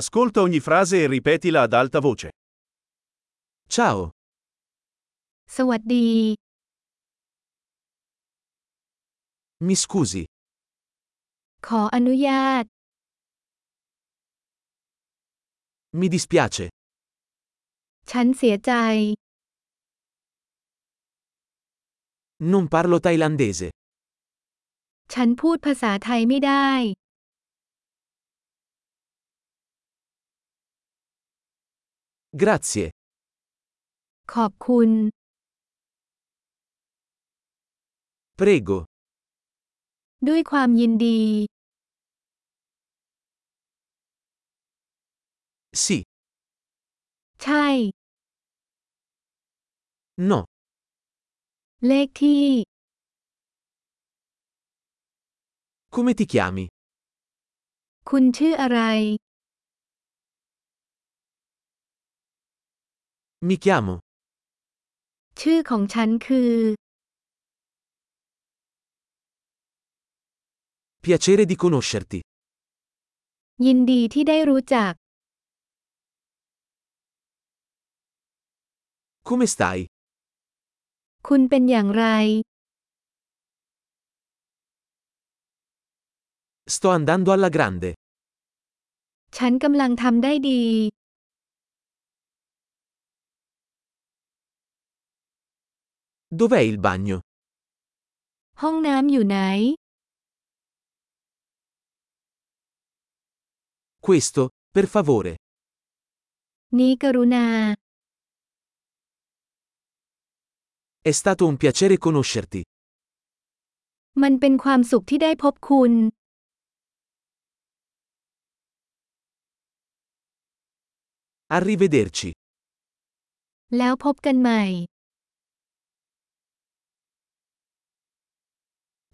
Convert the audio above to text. Ascolta ogni frase e ripetila ad alta voce. Ciao, สวัสดี mi scusi, ขออนุญาต mi dispiace, ฉันเสียใจ non parlo thailandese. ฉันพูดภาษาไทยไม่ได้ Grazie, ขอบคุณ prego, ด้วยความยินดี sì, ใช่ no, เลขที่ come ti chiami? คุณชื่ออะไร Mi chiamo, ชื่อของฉันคือ piacere di conoscerti. ยินดีที่ได้รู้จัก Come stai? คุณเป็นอย่างไร Sto andando alla grande. ฉันกำลังทำได้ดี Dov'è il bagno? ห้องน้ำอยู่ไหน Questo, per favore. นี้กรุณา È stato un piacere conoscerti. มันเป็นความสุขที่ได้พบคุณ Arrivederci. แล้วพบกันใหม่